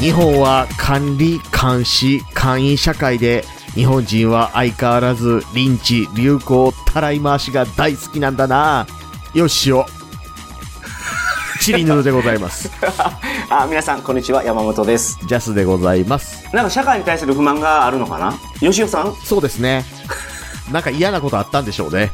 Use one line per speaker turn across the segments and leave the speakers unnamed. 日本は管理、監視、官員社会で、日本人は相変わらず、リンチ、流行、たらい回しが大好きなんだな。よしお。チリヌルでござい ます。
あ、皆さん、こんにちは。山本です。
ジャスでございます。
なんか社会に対する不満があるのかな吉尾さん
そうですね。なんか嫌なことあったんでしょうね。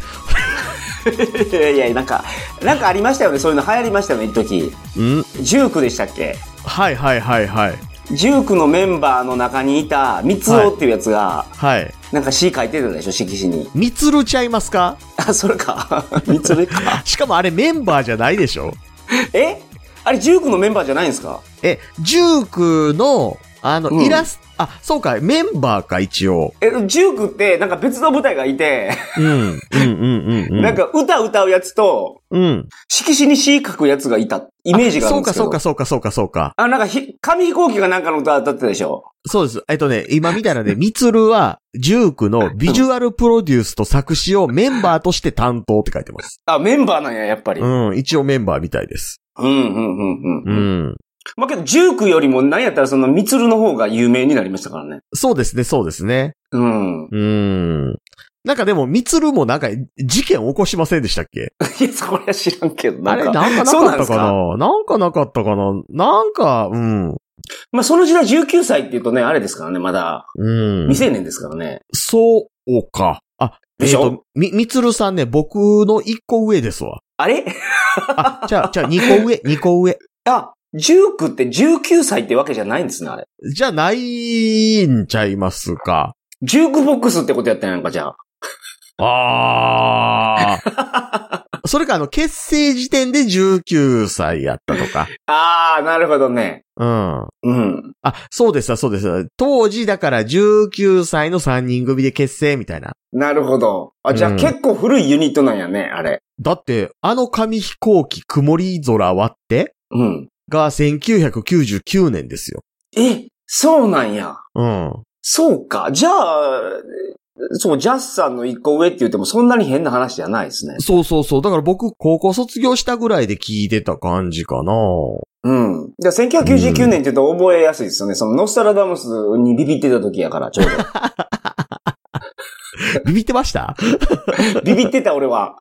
いやいや、なんか、なんかありましたよね。そういうの流行りましたよね、一時。
うん
19でしたっけ
はいはいはいはい。
19のメンバーの中にいた、三つっていうやつが、
はい。
なんか詩書いてるでしょ、色紙に。
みつるちゃいますか
あ、そ れか。三つか。
しかもあれメンバーじゃないでしょ
えあれ19のメンバーじゃないんですか
え、ジュークの、あの、
うん
イラスト、あ、そうか、メンバーか、一応。
え、19って、なんか別の舞台がいて、
うん。うんうんうんうん。
なん、か歌歌うやつと、
うん。
色紙に詩書くやつがいたイメージがあるんですけど。
そうか、そうか、そうか、そうか、そうか。
あ、なんかひ、紙飛行機がなんかの歌歌ってたでしょ
そうです。えっとね、今見たらね、みつるは、ジュークのビジュアルプロデュースと作詞をメンバーとして担当って書いてます。
あ、メンバーなんや、やっぱり。うん、
うん、一応メンバーみたいです。
うん、うん、う。
うんん。
まあけど、ジュークよりも、なんやったらその、ミツルの方が有名になりましたからね。
そうですね、そうですね。
うん。
うん。なんかでも、みつるもなんか、事件起こしませんでしたっけ
いや、そりゃ知らんけど、な
あれ、なんん
か。
かな
そう
かっ
なんで
た
す
か
か
ななんかなかったかななんか、うん。
まあ、その時代19歳って言うとね、あれですからね、まだ、
うん
未。成年ですからね。
そうか。あ、え
で
っ、
しょ
と、み、みつるさんね、僕の1個上ですわ。
あれ
あ、じゃあ、じゃあ2個上、2個 上。
あ、ジュークって19歳ってわけじゃないんですね、あれ。
じゃないんちゃいますか。
ジュークボックスってことやったんやんか、じゃあ。
ああ。 それか、あの、結成時点で19歳やったとか。
あー、なるほどね。
うん。
うん。
あ、そうですわ、そうですわ。当時、だから19歳の3人組で結成みたいな。
なるほど。あ、じゃあ、
うん
結構古いユニットなんやね、あれ。
だって、あの紙飛行機曇り空割って
うん。
が1999年ですよ。
え、そうなんや。
うん。
そうか。じゃあ、そう、ジャスさんの一個上って言ってもそんなに変な話じゃないですね。
そうそうそう。だから僕、高校卒業したぐらいで聞いてた感じ かな。
うん。じゃあ1999年って言うと覚えやすいですよね。そのノスタラダムスにビビってた時やから、ちょう
ビビってました
ど。ビビってた俺は。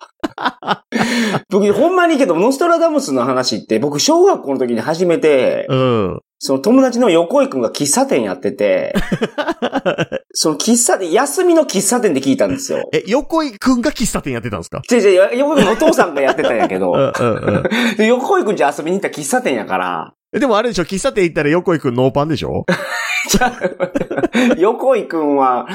僕、ほんまにけど、ノスタラダムスの話って、僕、小学校の時に初めて、
うん。
その友達の横井くんが喫茶店やっ てて、その喫茶店、休みの喫茶店で聞いたんですよ。
え、横井くんが喫茶店やってたんですか
違う違う、横井くんのお父さんがやってたんやけど、
うんうん
で横井くんじゃ遊びに行った喫茶店やから、
うん。でもあれでしょ喫茶店行ったら横井くんノーパンでしょ
横井くんは、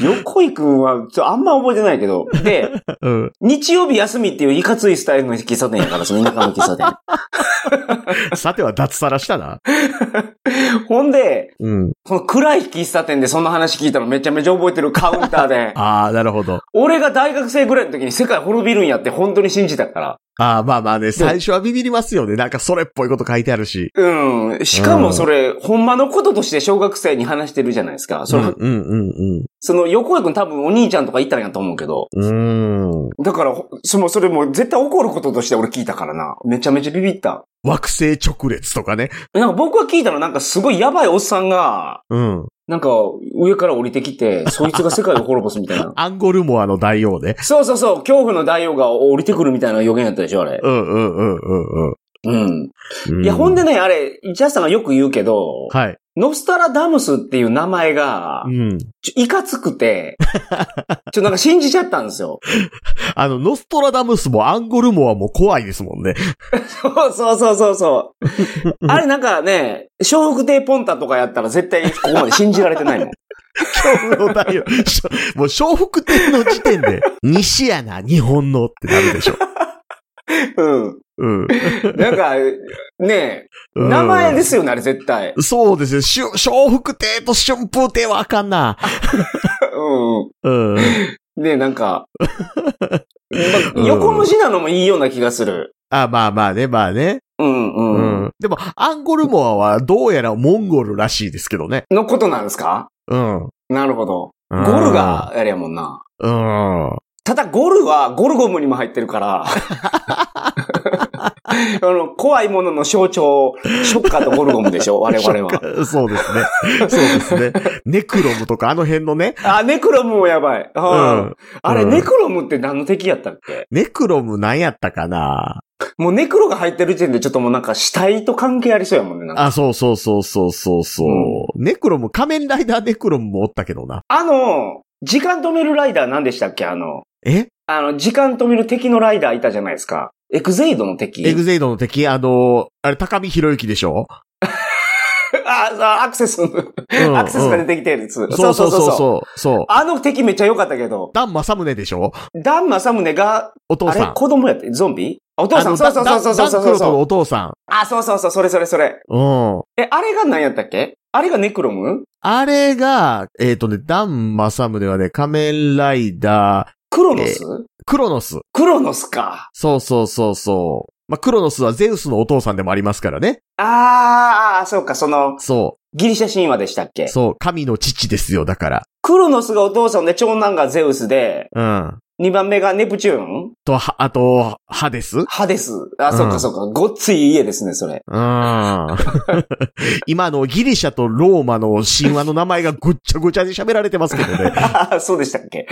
横井くんは、ちょあんま覚えてないけど。で、
うん。
日曜日休みっていういかついスタイルの喫茶店やから、その田舎の喫茶店。
さては脱サラしたな。
ほんで、
うん。。
この暗い喫茶店でそんな話聞いたのめちゃめちゃ覚えてるカウンターで
ああ、なるほど。
俺が大学生ぐらいの時に世界滅びるんやって本当に信じたから。
ああ、まあまあね、最初はビビりますよね。なんかそれっぽいこと書いてあるし。
うん。しかもそれ、ほんまのこととして小学生に話してるじゃないですか。その、
うんうん
その横井くん多分お兄ちゃんとかいたんやと思うけど。
うん。うん。
だから、ほそのそれも絶対起こることとして俺聞いたからな。めちゃめちゃビビった。
惑星直列とかね。
なんか僕が聞いたのはなんかすごいやばいおっさんが、
うん。
なんか上から降りてきて、そいつが世界を滅ぼすみた
。
いな
アンゴルモアの大王ね。
そうそうそう、恐怖の大王が降りてくるみたいな予言やったでしょ、あれ
う。んうんうんうん
うん。
うん。
いや、ほんで、ね、あれ、ジャスさんがよく言うけど、
はい。
ノスタラダムスっていう名前が
う、ん。
ちょいかつく て、ちょ、なんか信じちゃったんですよ。
あの、ノストラダムスもアンゴルモアも怖いですもんね。
そうそうそうそうそう。あれなんかね、笑福亭ポンタとかやったら絶対ここまで信じられてないもん。
恐怖の大王。しょもう、笑福亭の時点 で、西やな、日本のってなるでしょ。
うん。
うん。
なんか、ね
うん
名前ですよね、あれ絶対。
そうですよ。しゅ笑福亭と春風亭はあかんな。
うん。
うん。
ねなんか、ま
うん
あ、横文字なのもいいような気がする。
あ、まあまあね、まあね。
うんう。
うんん。でも、アンゴルモアはどうやらモンゴルらしいですけどね。
のことなんですか
うん。
なるほど。
ゴ
ゴル。があれやもんな。
うん。
ただゴルはゴルゴムにも入ってるから、の、怖いものの象徴、ショッカーとゴルゴムでしょ我々は。
そうですね。そうですね。ネクロムとかあの辺のね。
あ、ネクロムもやばい。 う
うんん。
あれ、
うん
ネクロムって何の敵やったっけ
ネクロムなんやったかな
もうネクロが入ってる時点でちょっともうなんか死体と関係ありそうやもんね。なんか
あ、そうそうそうそうそうそう、ネクロム、仮面ライダーネクロムもおったけどな。
あの、時間止めるライダー何でしたっけあの、
え
あの、時間止める敵のライダーいたじゃないですか。エクゼイドの敵。
エグゼイドの敵、あの、あれ、高見博之でしょ、
あ、あアクセス、
うん
アクセスが出てきてるやつ。
うんそうそうそうそう。そう。
あの敵めっちゃ良かったけど、
ダン正宗でしょ
ダンマサムネが、
お父
あれ
さん。
子供やって、ゾンビあお父さん、
の
そうそうそうそうそう
ダンダンダン
そ
ク
う
ロトの
そう。
お父さん。
あ、そうそうそう、それそれそれ。
うん。
え、あれが何やったっけあれがネクロム
あれが、えっ、とね、ダン正宗はね、仮面ライダ
クロノス、
ー、クロノス。
クロノスか。
そうそうそうそう。まあ、クロノスはゼウスのお父さんでもありますからね。
あー、そうか、その、
そ
ギリシャ神話でしたっけ
う。そう。神の父ですよ、だか
クロノスがお父さんで、長男がゼウスで、
ら。うん。
2番目がネプチューン
と、は、あと、ハデ スうん。
ハデス。あ、そう
う
か
ん
そうか。ごっつい家ですね、それ。
今のギリシャとローマの神話の名前がぐっちゃぐちゃに喋られてますけどね。
あ そうでしたっけ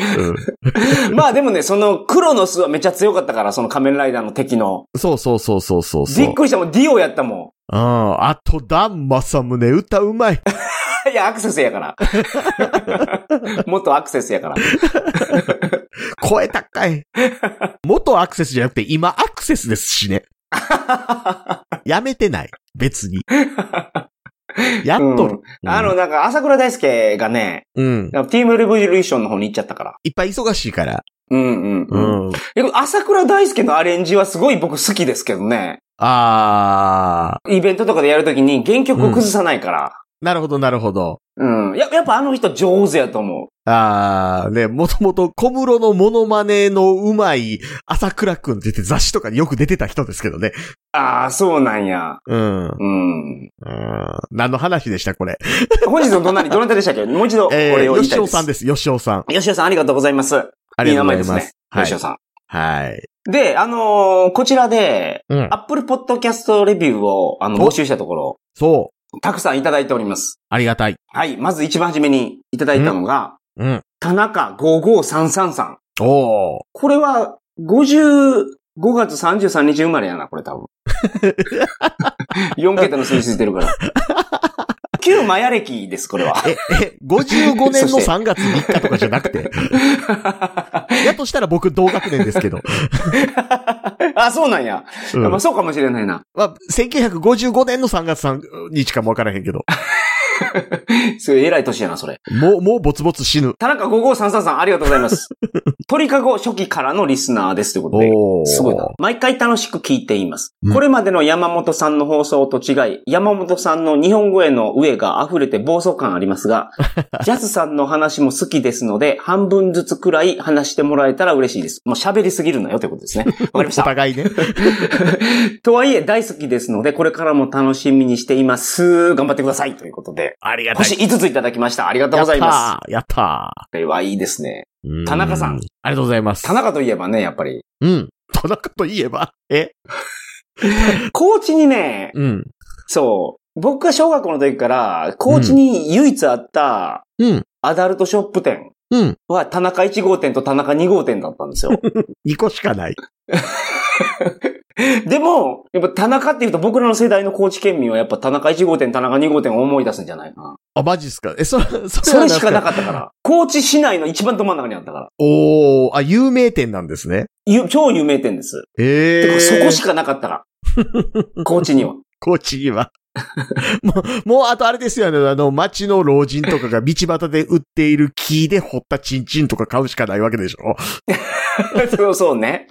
うん
まあでもね、そのクロノスはめっちゃ強かったから、その仮面ライダーの敵の。
そうそうそうそうそうそう。
びっくりしたもん、ディオやったも
うん。あと、ダンマサムネ歌うまい。
ん。い や、アクセス やから。元アクセスやから。
声高い。元アクセスじゃなくて、今アクセスですし ね。やめてない。別に。やっとる。
うんあの、なんか、朝倉大輔がね、
うん。
ティームレボリューションの方に行っちゃったから。
いっぱい忙しいから。
うんう
うん
うん。
ん。
え朝倉大輔のアレンジはすごい僕好きですけどね。
あ
イベントとかでやるときに原曲を崩さないから。
ー。なるほど、なるほど。
うん。ややっぱあの人上手やと思う。
あー、ね、もともと小室のモノマネのうまい朝倉くんって言って雑誌とかによく出てた人ですけどね。
ああ、そうなんや。
うん。うん
うん。
何の話でした、これ。
本日のどなり、どなたでしたっけもう一度、お
え
礼
ー、
を言い
吉
たい
尾
です。
さんです、吉尾さん。
吉尾さん、ありがとうございます。
ありがとうござい
いい名
ま
前ですす。吉尾さん。
はい。はい。
で、あのーこちらで、
うん。
アップルポッドキャストレビューを、あの、
お
募集したところ、
そう。
たくさんいただいております。
ありがたい。
はい。まず一番初めにいただいたのが、
うん。
田中55333さん。
おー。
これは、50、5月33日生まれやな、これ多分。4桁の数字ついてるから。旧マヤ歴です、これは。
え、え、55年の
そして
3月3日とかじゃなく て。やとしたら僕同学年 ですけど。
あ、そうなんや。
うん
まあ、そうかもしれないな。
まあ、1955年の3月3日かもわからへんけど。
すごい偉い年やな、それ。
もう、もうぼつぼつ死ぬ。
田中55333さん、ありがとうございます。鳥かご初期からのリスナーです、ということで。
おー。
すごいな。毎回楽しく聞いています。
うん
これまでの山本さんの放送と違い、山本さんの日本語への上が溢れて暴走感ありますが、ジャズさんの話も好きですので、半分ずつくらい話してもらえたら嬉しいです。もう喋りすぎるなよということですね。わかりまし
お
た。
互いね。
とはいえ大好きですので、これからも楽しみにしています。頑張ってください。ということで。
ありがたい。
星5ついただきました。ありがとう
や
ご
った
ざいます。
ー。やった
これはいいですね。
ーう
田中さん
ありがとうございます。
田中といえばね、やっぱり。
うん。田中といえば、え
高知にね、
うん。
そう。僕が小学校の時から、高知に唯一あった
うん。
アダルトショップ店
うん。
は田中1号店と田中2号店だったんで すよ。
2個しかない。
でも、やっぱ田中って言うと僕らの世代の高知県民はやっぱ田中1号店、田中2号店を思い出すんじゃないかな。
あ、マジっすかえ、そ、 それは
それしか
何
な
す
かったから。高知市内の一番ど真ん中にあったから。
おー、あ、有名店なんですね。
ゆ超有名店です。て
え
か
ー。
そこしかなかっ たから。高知には。
高知には。 もう、もうあとあれですよね、あの、町の老人とかが道端で売っている木で掘ったチンチンとか買うしかないわけでしょ。
そうそう ね。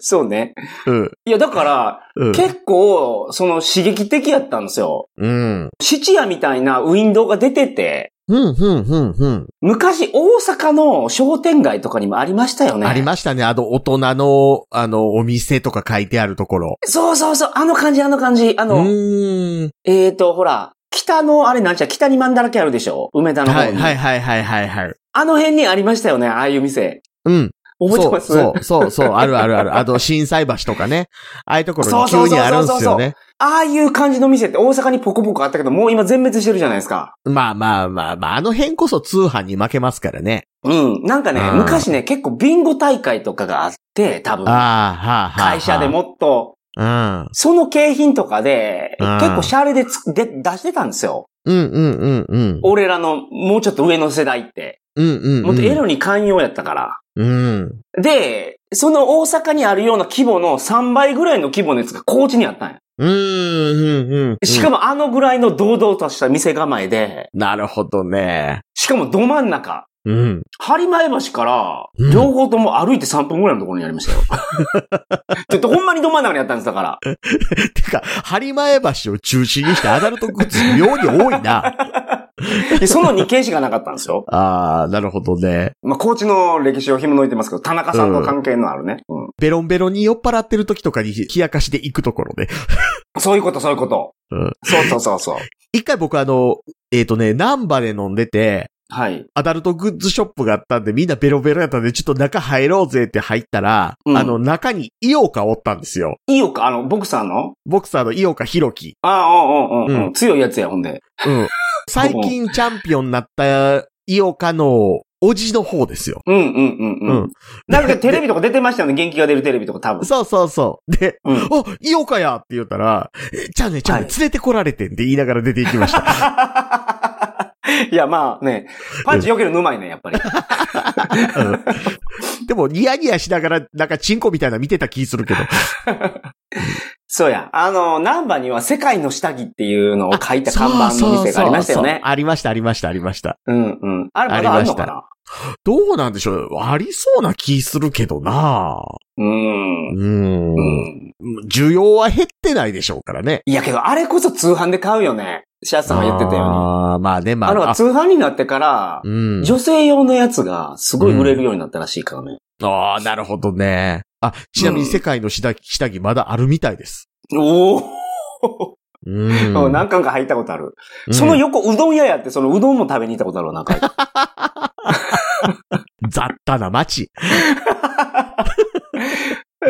そうね。
うん。
いや、だから、
うん。
結構、その刺激的やったんですよ。
うん。
質屋みたいなウィンドウが出てて、
うん、うん、うん、うん。
昔大阪の商店街とかにもありましたよね。
ありましたね。あの、大人の、あの、お店とか書いてあるところ。
そうそうそう、あの感じ、あの感じ。あ
う
の、
ーん。
えーと、ほら、北の、あれなんちゃう、北にマンだらけあるでしょ梅田の方
は
に。
い、はい、はい、はい、はい。はい
あの辺にありましたよね、ああいう店。
うん。
覚えてます
そう、そう、そう、そう、あるあるある。あと、震災橋とかね。ああいうところに急にあるんですよね。
ああいう感じの店って大阪にポコポコあったけど、もう今全滅してるじゃないですか。
まあまあまあまあ、あの辺こそ通販に負けますからね。
うん。なんかね
あ、ー
昔ね、結構ビンゴ大会とかがあって、多分。
ああ、はあ、はあ。
会社で。もっと、
うん。
その景品とかで、
あー
結構シャレでつで出してたんですよ。
うんうんうんうん。
俺らのもうちょっと上の世代って。
うんうん、うん。
もっとエロに寛容やったから。
うん。
で、その大阪にあるような規模の3倍ぐらいの規模のやつが高知にあったんや。
うん、うん、うん。
しかもあのぐらいの堂々とした店構えで、
なるほどね。
しかもど真ん中。
うん。
張前橋から
うん、
両方とも歩いて3分ぐらいのところにありました よ。ちょっとほんまにど真ん中にあったんですだから。
てか、張前橋を中心にしてアダルトグッズ妙に多い な。
でその2件しかなかったん ですよ。
ああ、なるほどね。
まあ、高知の歴史を紐解いてますけど、田中さんと関係のあるね。うん
ベロンベロンに酔っ払ってる時とかに冷やかしで行くところね。
そういうこと、そういうこと。
うん
そうそうそうそう。
一回僕あの、えっ、とね、ナンバで飲んでて、
はい。
アダルトグッズショップがあったんで、みんなベロベロやったんで、ちょっと中入ろうぜって入ったら、
うん
あの、中にイオカおったんですよ。
いいよか、あの、ボクサーの
ボクサーのイオカヒロキ。
ああ、うんうんうん。う
うん
ん、強いやつや、ほんで。
うん。最近チャンピオンになったイオカのおじの方ですよ。
うんうんうんう
うんん。
なんかテレビとか出てましたよね、元気が出るテレビとか多分。
そうそうそう。で、
うん。
お、イオカやって言ったら、えじゃあね、じゃあね、
はい
連れてこられてんって言いながら出ていきました。
いや、まあね、パンチ避けるのうまいね、やっぱり。
でも、ニヤニヤしながら、なんかチンコみたいなの見てた気するけど。
そうや。あの、ナンバには世界の下着っていうのを書いた看板
そう
の
そうそう
店がありましたよね。
ありました、ありました、ありました。
うんうん。あれまだあるのかな
どうなんでしょうありそうな気するけどな
う。
うんん。
うんん。
需要は減ってないでしょうからね。
いやけど、あれこそ通販で買うよね。シャツさんが言ってたように。
あーまあね、まあ。
あの、
あ
通販になってから、
うん。
女性用のやつがすごい売れるようになったらしいからね。
ああ、なるほどね。あ、ちなみに
うん
世界の下着、下着まだあるみたいです。
お
う
お、
ん。
何回か入ったことある。
うん
その横、うどん屋やって、そのうどんも食べに行ったことあるわ、何 回か。
雑多な街。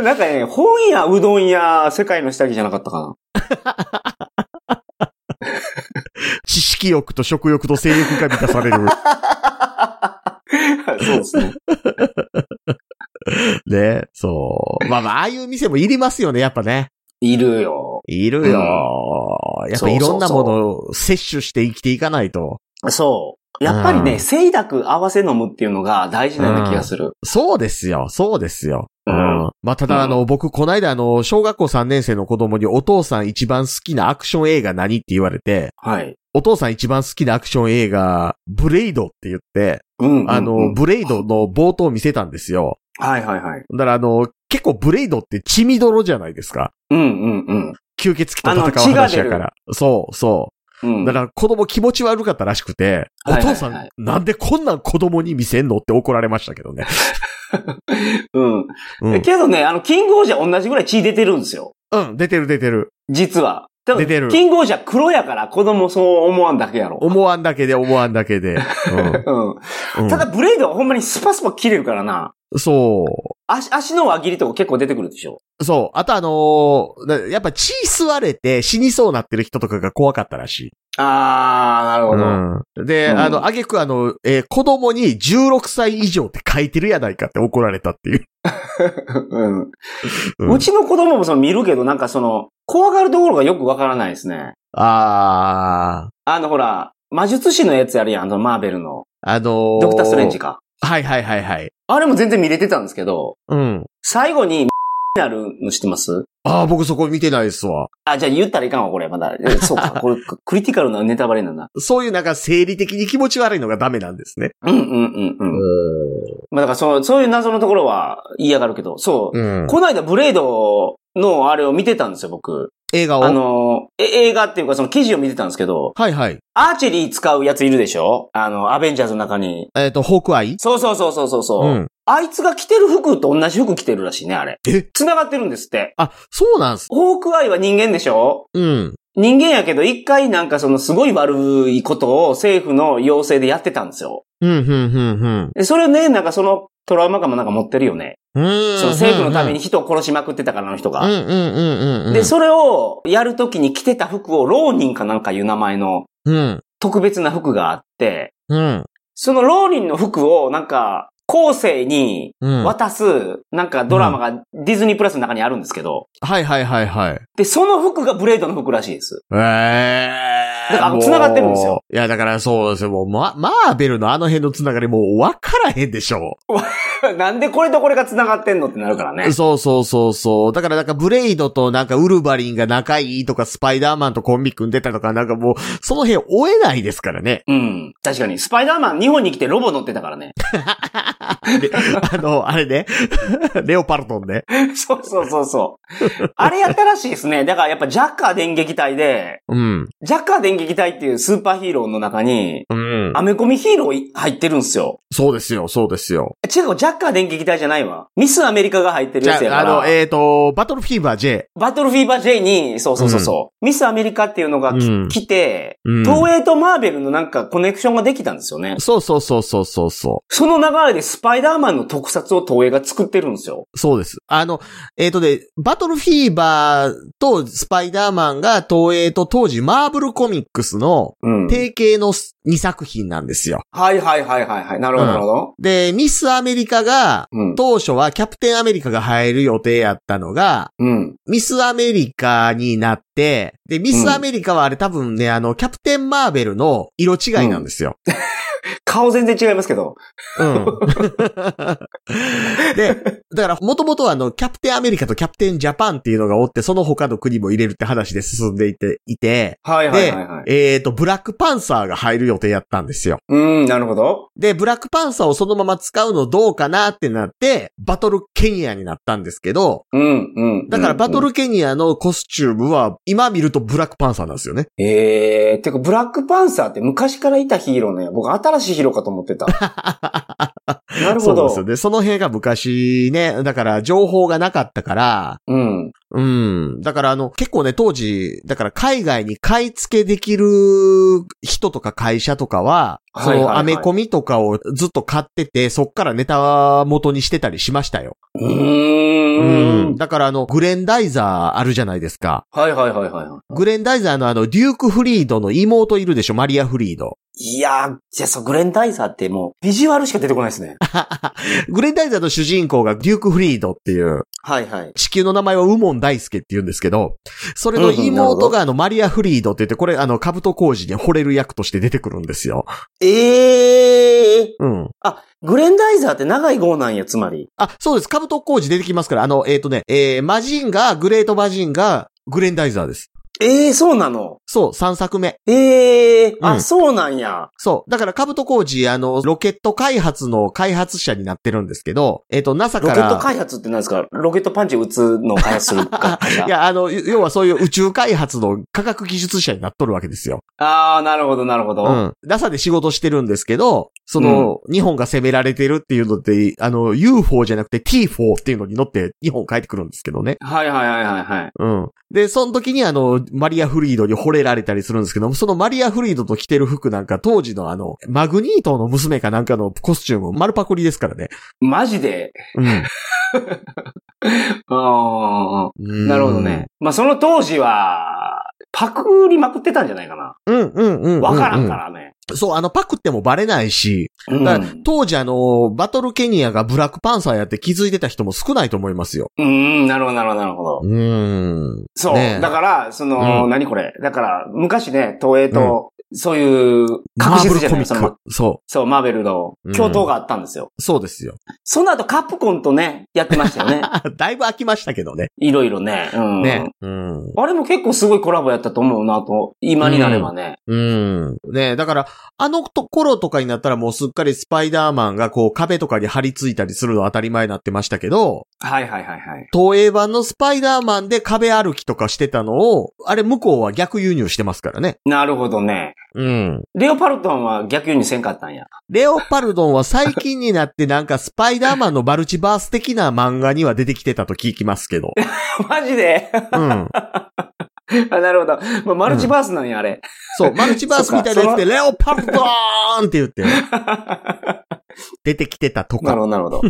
なんかね、本屋、うどん屋、世界の下着じゃなかったかな。
知識欲と食欲と性欲が満たされ る。
そうですね。
ね、そう。まあまあ、ああいう店もいりますよね、やっぱね。
いるよ。
いるよ。やっぱいろんなものを摂取して生きていかないと。
そう。やっぱり
う
ね、
ん
清濁合わせ飲むっていうのが大事なような気がする。
そうですよ、そうですよ。
う
うんん。まあ、ただ、あの、僕、こないだ、あの、小学校3年生の子供にお父さん一番好きなアクション映画何って言われて、
はい。
お父さん一番好きなアクション映画、ブレイドって言って、
うんうんうん
あの、ブレイドの冒頭を見せたんですよ。
はいはいはい。
だから、あの、結構ブレイドって血みどろじゃないですか。
うんうんうん
吸血鬼と
あの
戦う話やか
血が
ら。そう、そう。
うん。
だから子供気持ち悪かったらしくて、お
はいはいはい
父さんなんでこんなん子供に見せんのって怒られましたけ どね。
うん。
う
え
ん、
けどね、あの、キングオージャー同じぐらい血出てるんですよ。
うん出てる出てる。
実は。多分
出てる
キングオージャー黒やから子供そう思わんだけやろ。
思わんだけで思わんだけで。 うん
う。
うんん
ただ、ブレイドはほんまにスパスパ切れるからな。
そ
足、足の輪切りとか結構出てくるでしょ。
う。そう。あとあのーなやっぱ血吸われて死にそうなってる人とかが怖かったらしい。
あー、なるほど。
うん、で、
うん
あの、あげくあの、えー子供に16歳以上って書いてるやないかって怒られたっていう。
うん
うん
うちの子供もその見るけど、なんかその、怖がるところがよくわからないですね。
あー。
あの、ほら、魔術師のやつやるやん、あの、マーベルの。
あのー
ドクターストレンジか。
はいはいはいはい。
あれも全然見れてたんですけど、
うん。
最後に、 なるの知ってます
あー、僕そこ見てないですわ。
あ、じゃあ言ったらいかんわ、これ、まだ。えそう か、これ、クリティカルなネタバレなんだ。
そういうなんか生理的に気持ち悪いのがダメなんですね。
うんうんうんうん。まあだからそう、そういう謎のところは嫌がるけど、そう。
うん
この間、ブレイドのあれを見てたんですよ、僕。
映画を。
あの、え映画っていうか、その記事を見てたんですけど、
はいはい。
アーチェリー使うやついるでしょあの、アベンジャーズの中に。
えっ、と、ホークアイ
そうそうそうそうそうそう、
うん。
あいつが着てる服と同じ服着てるらしいね、あれ。
え
繋がってるんですって。
あ、そうなんす。
ホークアイは人間でしょ
うん。
人間やけど、一回なんかそのすごい悪いことを政府の要請でやってたんですよ。
うん、うん、うん、うん。
でそれをね、なんかそのトラウマかもなんか持ってるよね。
うん。
その政府のために人を殺しまくってたからあの人
うんう
が。
んうんうんうん。
で、それをやるときに着てた服を浪人かなんかいう名前の
うん。
特別な服があって、
うん。
その浪人の服をなんか後世に
うん。はい
渡すなんかドラマがディズニープラスの中にあるんですけど、
はいはいはい。
で、その服がブレードの服らしいです。
ええー。
だから
もう
繋がってるんですよ。
いや、だからそうですよ。もう、ま、マーベルのあの辺のつながりもう分からへんでしょ
なんでこれとこれが繋がってんのってなるから ね。
そうそうそうそう。だからなんかブレイドとなんかウルヴァリンが仲いいとかスパイダーマンとコンビ組んでたとかなんかもうその辺追えないですからね。
うん。確かに。スパイダーマン日本に来てロボ乗ってたからね。
であの、あれね。 レオパルトンね。
そうそうそうそう。あれやったらしいですね。だからやっぱジャッカー電撃隊で、
うん。
ジャッカー電撃隊っていうスーパーヒーローの中に、
うん。
アメコミヒーロー入ってるんすよ。
そうですよ、そうですよ。
違う、ジャッカー電撃隊じゃないわ。ミスアメリカが入ってる
じ
や
ゃ
つや
あ、
か
あの、
ら。
えっ、と、バトルフィーバー J。
バトルフィーバー J に、そうそうそうそう、ミスアメリカっていうのがき、
うん
来て、
うん
東映とマーベルのなんかコネクションができたんですよね。
そうそうそうそうそうそ
その流れでスパイダーマンの特撮を東映が作ってるんですよ。
う。そうです。あの、えっ、とね、バトルフィーバーとスパイダーマンが東映と当時マーブルコミックスの
うん。
提携の2作品なんですよ。
はいはいはいはいはい。なるほどなるほど。
で、ミスアメリカが
うん。
当初はキャプテンアメリカが入る予定やったのが、
うん。
ミスアメリカになって、で、ミスアメリカはあれ多分ね、あの、キャプテンマーベルの色違いなんですよ。
顔全然違いますけど。
うん。で、だから、もともとはあの、キャプテンアメリカとキャプテンジャパンっていうのがおって、その他の国も入れるって話で進んでいて、いて、
はいはい
で
はいはい。
えっ、と、ブラックパンサーが入る予定やったんですよ。
うん、なるほど。
で、ブラックパンサーをそのまま使うのどうかなってなって、バトルケニアになったんですけど、
うん、うん。
だからバト
ル。
ルケニアのコスチュームは、今見るとブラックパンサーなんですよね。
えー、てか、ブラックパンサーって昔からいたヒーローね。僕、新しいヒーローかと 思ってた。なるほ
そう
ど。
ですよね。その辺が昔ね、だから情報がなかったから、
うん。
うん。だからあの、結構ね、当時、だから海外に買い付けできる人とか会社とかは、
はいはいはい
そのアメコミとかをずっと買ってて、そっからネタ元にしてたりしましたよ。
うーん。
だからあの、グレンダイザーあるじゃないですか。
はいはいはいはいは
グレンダイザーのあの、デューク・フリードの妹いるでしょ、マリア・フリード。
い。いやー、じゃあそう、グレンダイザーってもう、ビジュアルしか出てこないですね。
グレンダイザーの主人公がデューク・フリードっていう、
はいはい。
地球の名前はウモン大輔って言うんですけど、それの妹があの、マリア・フリードって言って、これあの、カブト工事に惚れる役として出てくるんですよ。
えー。
うん。
あ、グレンダイザーって長い号なんや、つまり。
あ、そうです。カブト工事出てきますから、あの、えっ、とね、えー、マジンが、グレートマジンが、グレンダイザーです。
えー、そうなの。
そう、3作目。
えー、
う
あ、
ん
そうなんや。
そう。だから、カブト工事、あの、ロケット開発の開発者になってるんですけど、えっ、と、NASA
ロ
か
ケッ
ら、
ト開発って何ですかロケットパンチ打つのを開発するか
いや、あの、よ要はそういう宇宙開発の科学技術者になっとるわけですよ。
あー、なるほど、なるほど。
うん。NASA で仕事してるんですけど、その、日本が攻められてるっていうので、あの、UFO じゃなくて T4 っていうのに乗って日本帰ってくるんですけどね。
はいはいはいはいはい。
うん。で、その時にあの、マリア・フリードに惚れられたりするんですけども、そのマリア・フリードと着てる服なんか当時のあの、マグニートの娘かなんかのコスチューム丸パクリですからね。
マジで。
うん。
あー、なるほどね。。まあ、その当時は、パクりまくってたんじゃないかな。
うんうんうん。
わからんか。らね。
そう、あの、パクってもバレないし、
うん。
だから当時あの、バトルケニアがブラックパンサーやって気づいてた人も少ないと思いますよ。
うん、なるほど、なるほど、なるほど。
うん。
そう。
ねえ
だから、その、
うん
何これ。だから、昔ね、東映と、そういう、
マー
確
ブ
実
ル
じゃ
コ
ない
ミ
その
ック。そ
そう、マーベルの共闘があったんですよ。
う。そうですよ。
その後、カプコンとね、やってましたよね。
だいぶ飽きましたけどね。
いろいろね。うん。
ね。うん。
あれも結構すごいコラボやったと思うなと、今になればね。
うん。ねえ、だから、あのところとかになったらもうすっかりスパイダーマンがこう壁とかに張り付いたりするのは当たり前になってましたけど、
はいはいはいはい。
東映版のスパイダーマンで壁歩きとかしてたのを、あれ向こうは逆輸入してますからね。
なるほどね。
うん。
レオパルトンは逆輸入せんかったんや。
レオパルドンは最近になってなんかスパイダーマンのマルチバース的な漫画には出てきてたと聞きますけど。
マジで
うん。
あなるほど。まあ、マルチバースなんや、あれ。
そう、マルチバースみたいなやつでレオパルドーンって言って。出てきてたとか、
なるほど、なるほど。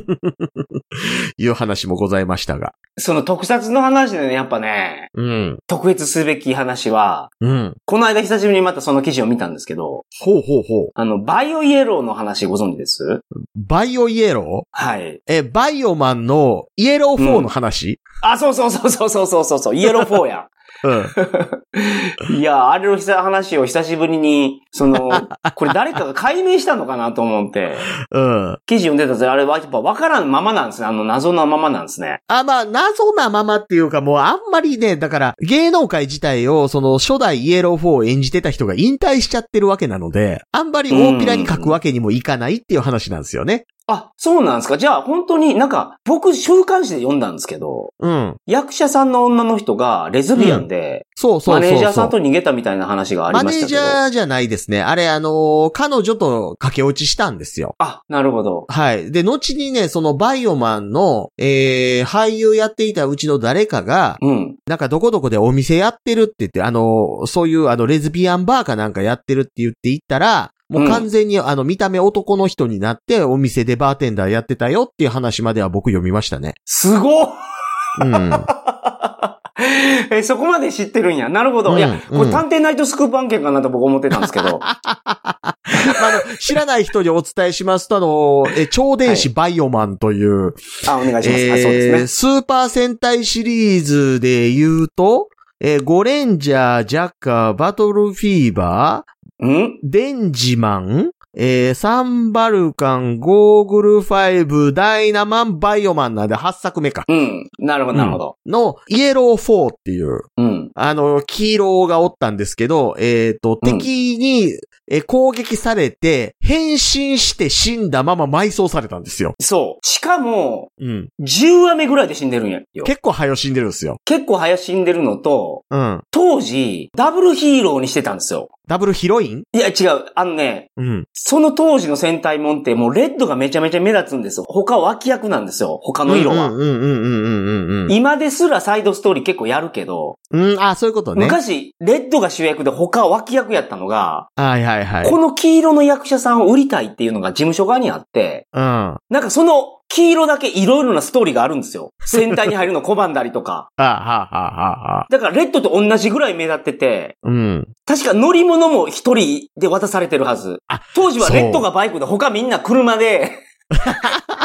いう話もございましたが。
その特撮の話でね、やっぱね、
うん。
特別すべき話は、
うん。
この間久しぶりにまたその記事を見たんですけど、
ほうほうほう。
あの、バイオイエローの話ご存知です
バイオイエロー
はい。
え、バイオマンのイエロー4の話、
あ、そうそうそうそうそうそうそう、イエロー4やん。
うん、
いや、あれのひさ話を久しぶりに、その、これ誰かが解明したのかなと思って、
うん。
記事読んでたんですよあれはやっぱ分からんままなんですね。あの謎のままなんですね。
あ、まあ、謎なままっていうか、もうあんまりね、だから、芸能界自体を、その、初代イエロー4を演じてた人が引退しちゃってるわけなので、あんまり大っぴらに書くわけにもいかないっていう話なんですよね。
あ、そうなんですか。じゃあ本当になんか、僕週刊誌で読んだんですけど、
うん。
役者さんの女の人がレズビアンで、
そうそうそうそう。
マネージャーさんと逃げたみたいな話があ
マ
りま
ネー
したけ
ジ
ど。
ャーじゃないですね。あれ、あのー彼女と駆け落ちしたんですよ。
あ、なるほど。
はい。で、後にね、そのバイオマンの、えー、俳優やっていたうちの誰かが、
うん。
なんかどこどこでお店やってるって言って、あの、そういうあのレズビアンバーかなんかやってるって言って行ったら、もう完全にあの見た目男の人になってお店でバーテンダーやってたよっていう話までは僕読みましたね。
すごっ
う ん。
え、そこまで知ってるんや。なるほど。いや、
うん
こ
うん
れ探偵ナイトスクープ案件かなと僕思ってたんです けど。
あの、知らない人にお伝えしますと、あの、え、超電子バイオマンという、
あ、お願いし
えー
ます。あ、そうですね。
スーパー戦隊シリーズで言うと、えーゴレンジャー、ジャッカー、バトルフィーバー、
うん
デンジマン、えーサンバルカン、ゴーグルファイブ、ダイナマン、バイオマンなんで8作目か。
うん。なるほど、なるほど。
の、イエロー4っていう、
うん。
あの、黄色がおったんですけど、えっ、と、
うん
敵に、えー攻撃されて、変身して死んだまま埋葬されたんですよ。
そう。しかも、
うん。
10話目ぐらいで死んでるんやよ。
結構早死んでるんですよ。
結構早死んでるのと、
うん。
当時、ダブルヒーローにしてたんですよ。
ダブルヒロイン
いや、違う。あのね、
うん。
その当時の戦隊もんってもうレッドがめちゃめちゃ目立つんですよ。他は脇役なんですよ。他の色は。
うんうんうんうんうんうん
今ですらサイドストーリー結構やるけど、
うん。うん、あ、そういうことね。
昔、レッドが主役で他は脇役やったのが、
はいはいはい。
この黄色の役者さんを売りたいっていうのが事務所側にあって、
うん。あ
なんかその黄色だけいろいろなストーリーがあるんで すよ。戦隊に入るの拒んだりとか。
はははは。
だからレッドと同じぐらい目立ってて、
うん。
確か乗り物も一人で渡されてるはず
あ。
当時は
そう
レッドがバイクで他みんな 車で、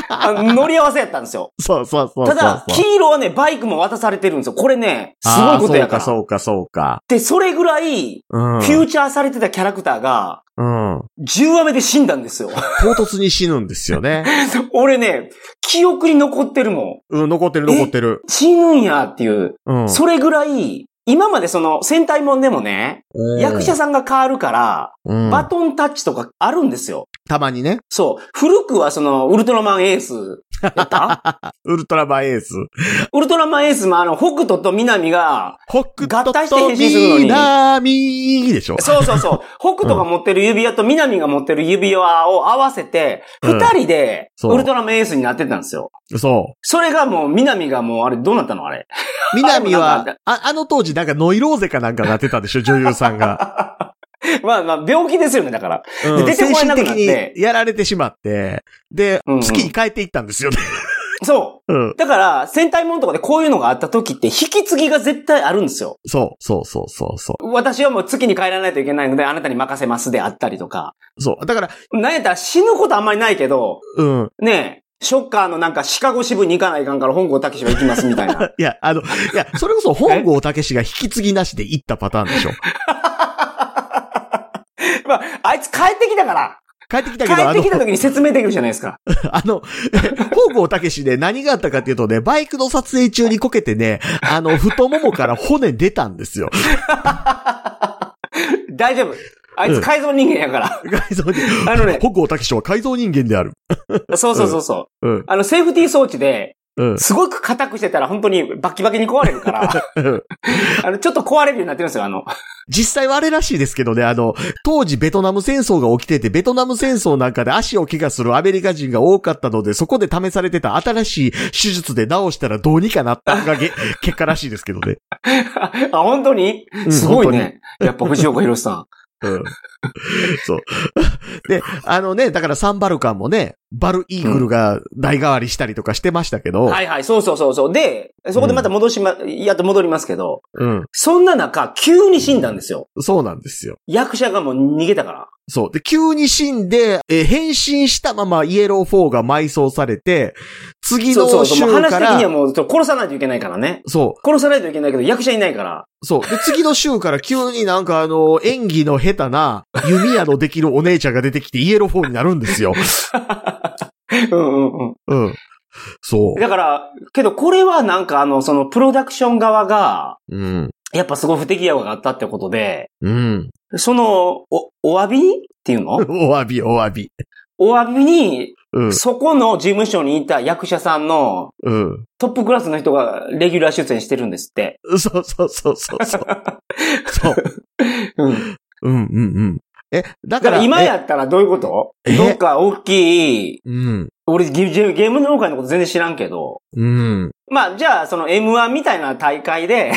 あの乗り合わせやったんですよ。
そうそうそうそ
た
うそう。
だ、黄色はね、バイクも渡されてるんですよ。これね、すごいことやから。
あーそうかそうか
で、それぐらい、
そうか。うん。
フューチャーされてたキャラクターが、
うん。
10話目で死んだんですよ。
唐突に死ぬんですよね。
俺ね、記憶に残ってるも
うん、残ってる残ってる。
ん。死ぬんやっていう。
うん。
それぐらい、今までその戦隊もんでもね、
うん
役者さんが変わるから、
うん
バトンタッチとかあるんですよ。
たまにね。
そう。古くはその、ウルトラマンエースやった
ウルトラマンエース。
ウルトラマンエースもあの、北斗と南が、
北
合
斗
体して
と
変身するのに
南でしょ。
そうそうそう、北斗が持ってる指輪と南が持ってる指輪を合わせて、
うん
二人で、
そう
ウルトラマンエースになってたんですよ。
そう。
それがもう、南がもう、あれ、どうなったのあれ。
南
あれもな
は
ん、
あ、あの当時なんかノイローゼかなんかなってたでしょ、女優さんが。
まあまあ、病気 ですよね、だから。
うん
出てこれなくな
精
って
神的にやられてしまって、で
うんう、ん
月に帰っていったんですよね。
そ
うん
う。。だから、戦隊もんとかでこういうのがあった時って、引き継ぎが絶対あるんですよ。
そう、そうそうそうそ
私はもう月に帰らないといけないので、あなたに任せますであったりとか。
う。そう。だから、
なんやったら死ぬことあんまりないけど、
うん。
ねえ、ショッカーのなんかシカゴ支部に行かないかんから本郷武史は行きますみたい な。
いや、あの、いや、それこそ本郷武史が引き継ぎなしで行ったパターンでしょ。
まあ、あいつ帰ってきたから、
帰ってきたけ
帰
ど、あ
って
の
き、た時に説明できるじゃないですか。
あの、 本郷武史で何があったかっていうとね、バイクの撮影中にこけてね、あの、太ももから骨出たんです よ。
大丈夫。あいつ改造人間やから。
改造人
あのね
本郷武史は改造人間である。
そうそうそうそう。
うん、
あの、セーフティー装置で、
うん、
すごく硬くしてたら本当にバキバキに壊れ るから、
うん。
あの、ちょっと壊れるようになってるんですよ、あの。
実際はあれらしいですけどね、あの、当時ベトナム戦争が起きてて、ベトナム戦争なんかで足を怪我するアメリカ人が多かったので、そこで試されてた新しい手術で治したらどうにかなったのがげ結果らしいですけどね。
あ、本当に
ん
すごいね。やっぱ藤岡弘さん。
うん。そう。で、あのね、だからサンバルカンもね、バルイーグルが代替わりしたりとかしてましたけど、
はい はい、そうそうそうそう。で、そこでまた戻しま、やっと戻りますけど、
うん。
そんな中、急に死んだんですよ。
そうなんですよ。
役者がもう逃げたから。
そう。で、急に死んで、えー変身したままイエロー4が埋葬されて、次
そうそ
の
うそう。
週
もう話
か
的
ら、
にはもうちょっと殺さないといけないからね。
そ
殺さないといけないけど、役者いないから。
う、そう。で、次の週から急になんかあの、演技の下手な、弓矢のできるお姉ちゃんが出てきてイエロー4になるんですよ。
うんうんうん。
うん。そう。
だから、けどこれはなんかあの、そのプロダクション側が、
うん。
やっぱすごい不手際があったってことで、
うん。
その、お、お詫びっていうの
お詫び、お詫び。
お詫びに、
うん。
そこの事務所にいた役者さんの
うん。
トップクラスの人がレギュラー出演してるんですって。
そうそうそうそう そう。そう。
うん。
うんうんうん。え、だ
だか
からら、
今
え
やったらどういうこと
え
どっか大きい、
うん。
俺ゲゲゲーム業界のこと全然知らんけど、
うん。
まあじゃあその M1 みたいな大会で、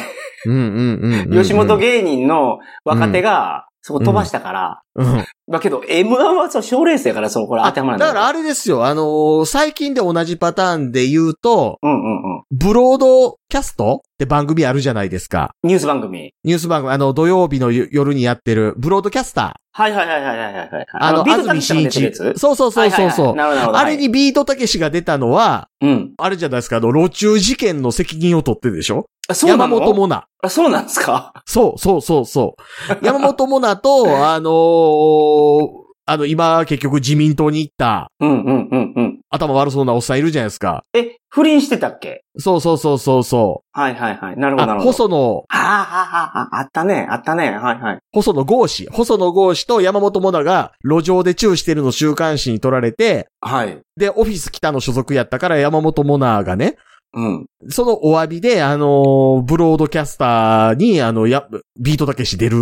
うんうんうんうん。
吉本芸人の若手がそこ飛ばしたから、
うん。
まあけど M1 はそう賞レースやからそこれ当てはまらない。
だからあれですよ、あのー最近で同じパターンで言うと、
うんうんうん。
ブロードキャストって番組あるじゃないですか。
ニュース番組。
ニュース番組、あの、土曜日の夜夜にやってる、ブロードキャスタ
はいはいはいはいはいはいはい。
ー。あの、
ビー
安
トたけ
住
しが
紳
出てるや
一
つ。。
そうそうそうそうそう、
はいはいはいなるほどなるほど。
あれにビートたけしが出たのは、
はい。うん。
あれじゃないですか、あの、路中事件の責任を取ってでしょ
あそうな
山
の
本もな。
あ、そうなんですか
そうそうそうそう。 山本もなと、あのーあの、今、結局自民党に行った、
うんうんうんうん。
頭悪そうなおっさんいるじゃないですか。
え、不倫してたっけ
そうそうそうそうそう。
はいはいはい。なるほどな
あ、
るほど。
細野、
ああ、ああ、あったね、あったね。はいはい。
細野豪志、細野豪志と山本もなが路上でチューしてるの週刊誌に撮られて、
はい。
で、オフィス北の所属やったから山本もながね、
うん。
そのお詫びで、あのーブロードキャスターに、あの、や、ビートたけし出る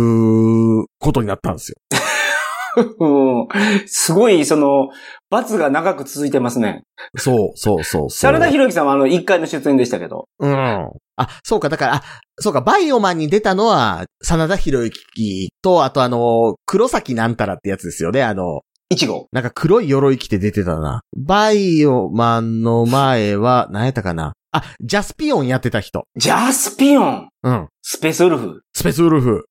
ことになったんですよ。
すごい、その、罰が長く続いてますね。
そう、そう、そう、そう。
真田広之さんはあの、1回の出演でしたけど。
うん。あ、そうか、だから、あ、そうか、バイオマンに出たのは、真田広之と、あとあのー黒崎なんたらってやつですよね、あの
1号。
なんか黒い鎧着て出てたな。バイオマンの前 は、何やったかな。あ、ジャスピオンやってた人。
ジャスピオン
うん。
スペースウルフ
スペースウルフ。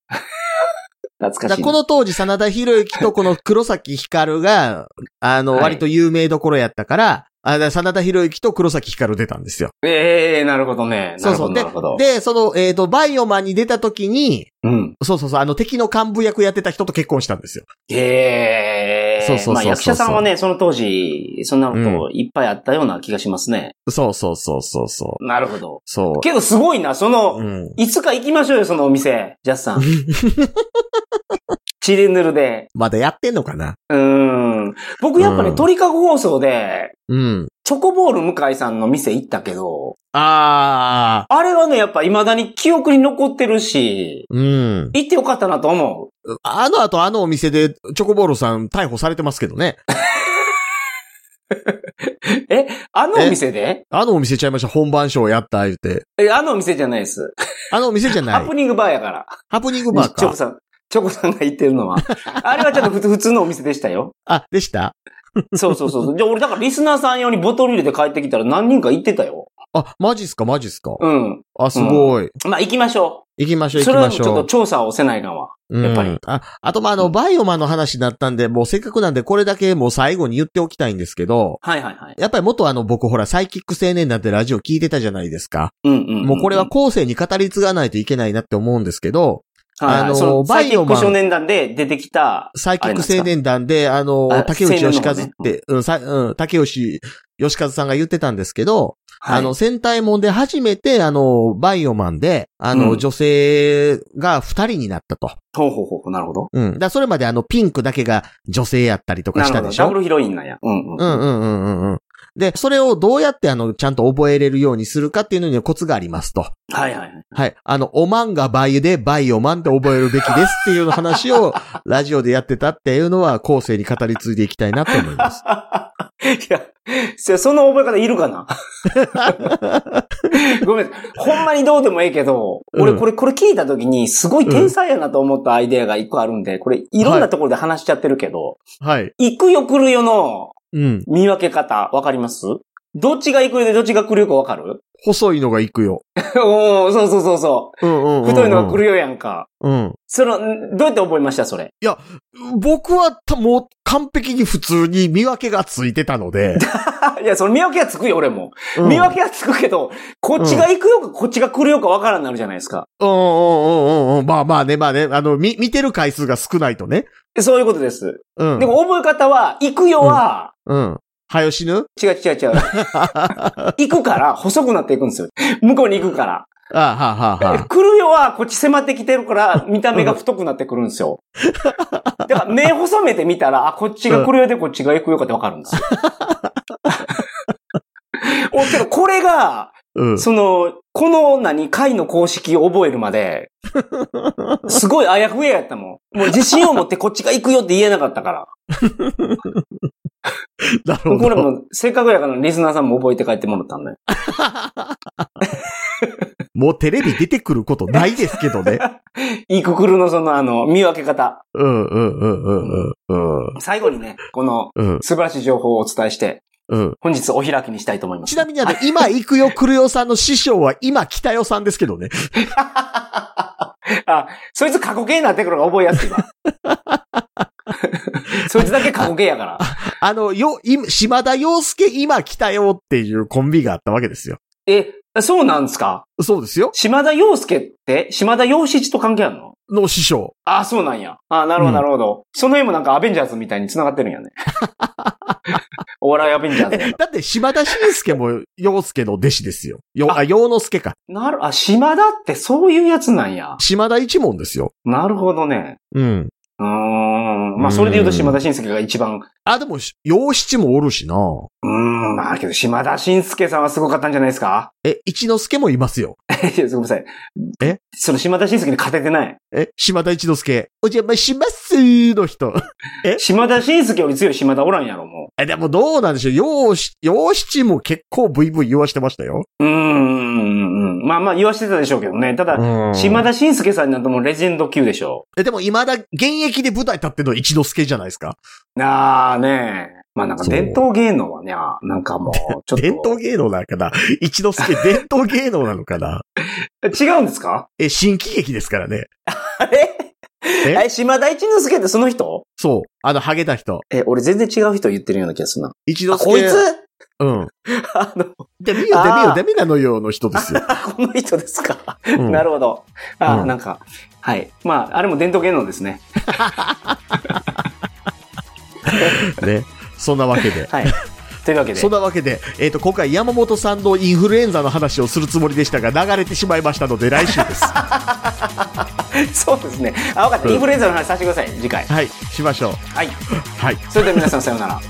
だ
懐か
か
しい
ら
な。
この当時、真田広之とこの黒崎光が、あの、
はい
割と有名どころやったから、あだから真田広之と黒崎光出たんですよ。
ええなるほどね。な
そう
るほ
そ
ど、
う。
な
で
るほど。、
で、その、えっ、と、バイオマンに出た時に、
うん。
そうそうそう、あの、敵の幹部役やってた人と結婚したんですよ。
ええ
そうそうそうそう
まあ、役者さんはね、その当時、そんなこといっぱいあったような気がしますね。
そうそうそうそうそう。
なるほど。
そ。
けどすごいな、そうの、
うん。
いつか行きましょうよ、そのお店、ジャス さん。チリヌルで。
まだやってんのかな
うーん。僕やっぱね、
うん
鳥かご放送で、
うん。
チョコボール向井さんの店行ったけど、
あ
あれはね、やっぱ未だに記憶に残ってるし、
ー。うん。
行ってよかったなと思う。
あの後あのお店でチョコボールさん逮捕されてますけどね。
え、あのお店で
あのお店ちゃいました、本番賞やった、言うて。
え、あのお店じゃないです。
あのお店じゃな
ハ
い
プ。ニングバーやから。
ハプニングバー
チョコ
か。
さん、チョコさんが言ってる のは。あれはちょっと普通普通のお店でしたよ。
あ、でした
そうそうそうそう。じゃあ俺だからリスナーさん用にボトル入れて帰ってきたら何人か行ってたよ。
あ、マジっすか、マジっすか。
うん。
あ、すごい。
まあ行きましょ
行きましょ
う。
う、行
そ
き
れは
ま
もう
し
ちょっ
ょ
と
う。
調査をせないかんわ。
うん
やっぱり
あ、あとまあ、あの、バイオマンの話だったんで、もうせっかくなんでこれだけもう最後に言っておきたいんですけど、
はいはいはい。
やっぱり元あの、僕ほら、サイキック青年団ってラジオ聞いてたじゃないですか。
うんうんん
もうこれは、後世に語り継がないといけないなって思うんですけど、
はい
あの
そ
バイオマン
サイキック少年団で出てきた、
サイキック青年団で、あの
あ、
竹内義和っ
青年の
て、うん、さうん、竹内義和さんが言ってたんですけど、
はい
あの、、戦隊門で初めて、あの、バイオマンで、あの、
うん
女性が二人になったと。
ほうほうほう、なるほど。
うん。だからそれまであの、ピンクだけが女性やったりとか
な
し
る
た
ほ
で
ど。
し
ダブ
ょ
ルヒロインなんや。うんうん。
うんうんうんうんうん。で、それをどうやってあの、ちゃんと覚えれるようにするかっていうのにはコツがありますと。
はいはいはい。
はい。あの、おまんがバイでバイオマンって覚えるべきですっていう話を ラジオでやってたっていうのは後世に語り継いでいきたいなと思います。
いや、せその覚え方いるかな ごめんなさい。ほんまにどうでもええけど、俺
うん
これ、これ聞いた時にすごい天才やなと思ったアイデアが一個あるんで、これいろんなところで話しちゃってるけど、
はい。
行くよ来るよの
うん。
見分け方わかりますどっちが行くよでどっちが来るよかわかる
細いのが行くよ。
おー、そうそうそうそ
うんうんうん、
う。
うん。
太いのが来るよやんか。
うん。
その、んどうやって覚えましたそれ。
僕はたもう完璧に普通に見分けがついてたの で。
あいや、その見分けはつくよ、俺も。
うん
見分けはつくけど、こっちが行くよか、こっちが来るよかわからんなるじゃないですか。
うんうんうんうんうん。まあまあね、まあね。あの、み、見てる回数が少ないとね。
そういうことです。
うん。
でも覚え方は、行くよは、
うん。はよ死ぬ
違う違う 違う。行くから、細くなっていくんですよ。向こうに行くから。
あはあ はあは
来るよは、こっち迫ってきてるから、見た目が太くなってくるんです よ。だから、目細めて見たら、あ、こっちが来るよで、こっちが行くよかってわかるんですよ。 おけど、これが、
うん。
その、この何、回の公式を覚えるまで、すごいあやふややったもん。もう自信を持ってこっちが行くよって言えなかったから。
なる
こ
ほ
れ
ど。
も、せっかくやからリスナーさんも覚えて帰ってもらったんだよ。
もうテレビ出てくることないですけどね。
いくくるのその、あの、見分け方。
うんうんうんうんうんうん。
最後にね、この、
うん
素晴らしい情報をお伝えして、
うん。
本日お開きにしたいと思います。
ちなみにあの、今行くよくるよさんの師匠は今北代さんですけどね。
あ、そいつ過去形になってくるのが覚えやすいわ。 そいつだけ過去形 やから。
あの、よ、今島田洋介今北代っていうコンビがあったわけですよ。
え、そうなんですか
そうですよ。
島田洋介って、島田洋七と関係あるの
の師匠。
あ、そうなんや。あ、なるほ
う
ど、
ん
なるほど。その辺もなんかアベンジャーズみたいに繋がってる んやね。お笑いアベンジャーズや。
だって島田紳介も洋介の弟子ですよ。よ、あ、洋之介か。
なる、あ、島田ってそういうやつなんや。
島田一門ですよ。
なるほどね。
うん。
うーん。まあ、それで言うと島田紳介が一番。
あ、でも、洋七もおるしな
うーん、まあ、けど島田紳介さんはすごかったんじゃないですか
え、一之輔もいますよ。
いやごめんなさい。
え
その島田紳介に勝ててない。
え、島田一之輔。お邪魔しますーの人。
島田紳介より強い島田おらんやろ、も
え、でもどうなんでしょう。洋七、洋七も結構ブイブイ言わしてましたよ。
う。うーん。まあまあ、言わしてたでしょうけどね。ただ、
うん
島田紳介さんなんてもうレジェンド級でしょ。
え、でも未だ現役で舞台立ってるの一之輔じゃないですか。
なあねえ。まあなんか伝統芸能はね、なんかもう、ちょっと。
伝統芸能なのかな一之輔 伝統芸能なのかな
違うんですか
え、新喜劇ですからね。
あれ
え
あれ島田一之助ってその人
そう。あの、ハゲた人。
え、俺全然違う人言ってるような気がするな。
一
あ、
之輔。
こいつ
うん。
あの、こ
でみよ、でみ
あー
よ、でみなのよの人です よ。
の人ですか。
うん
なるほど。あ、
うん
なんか、はい。まあ、あれも伝統芸能ですね。
ね。そんなわけで。
はい。というわけで
そん。なわけで、えっ、と、今回山本さんのインフルエンザの話をするつもりでしたが、流れてしまいましたので、来週です。は
そうですね。あ、わかった。インフルエンザの話させてください。次回。
い、しましょう。
はい。
はい。
それでは皆さんさようなら。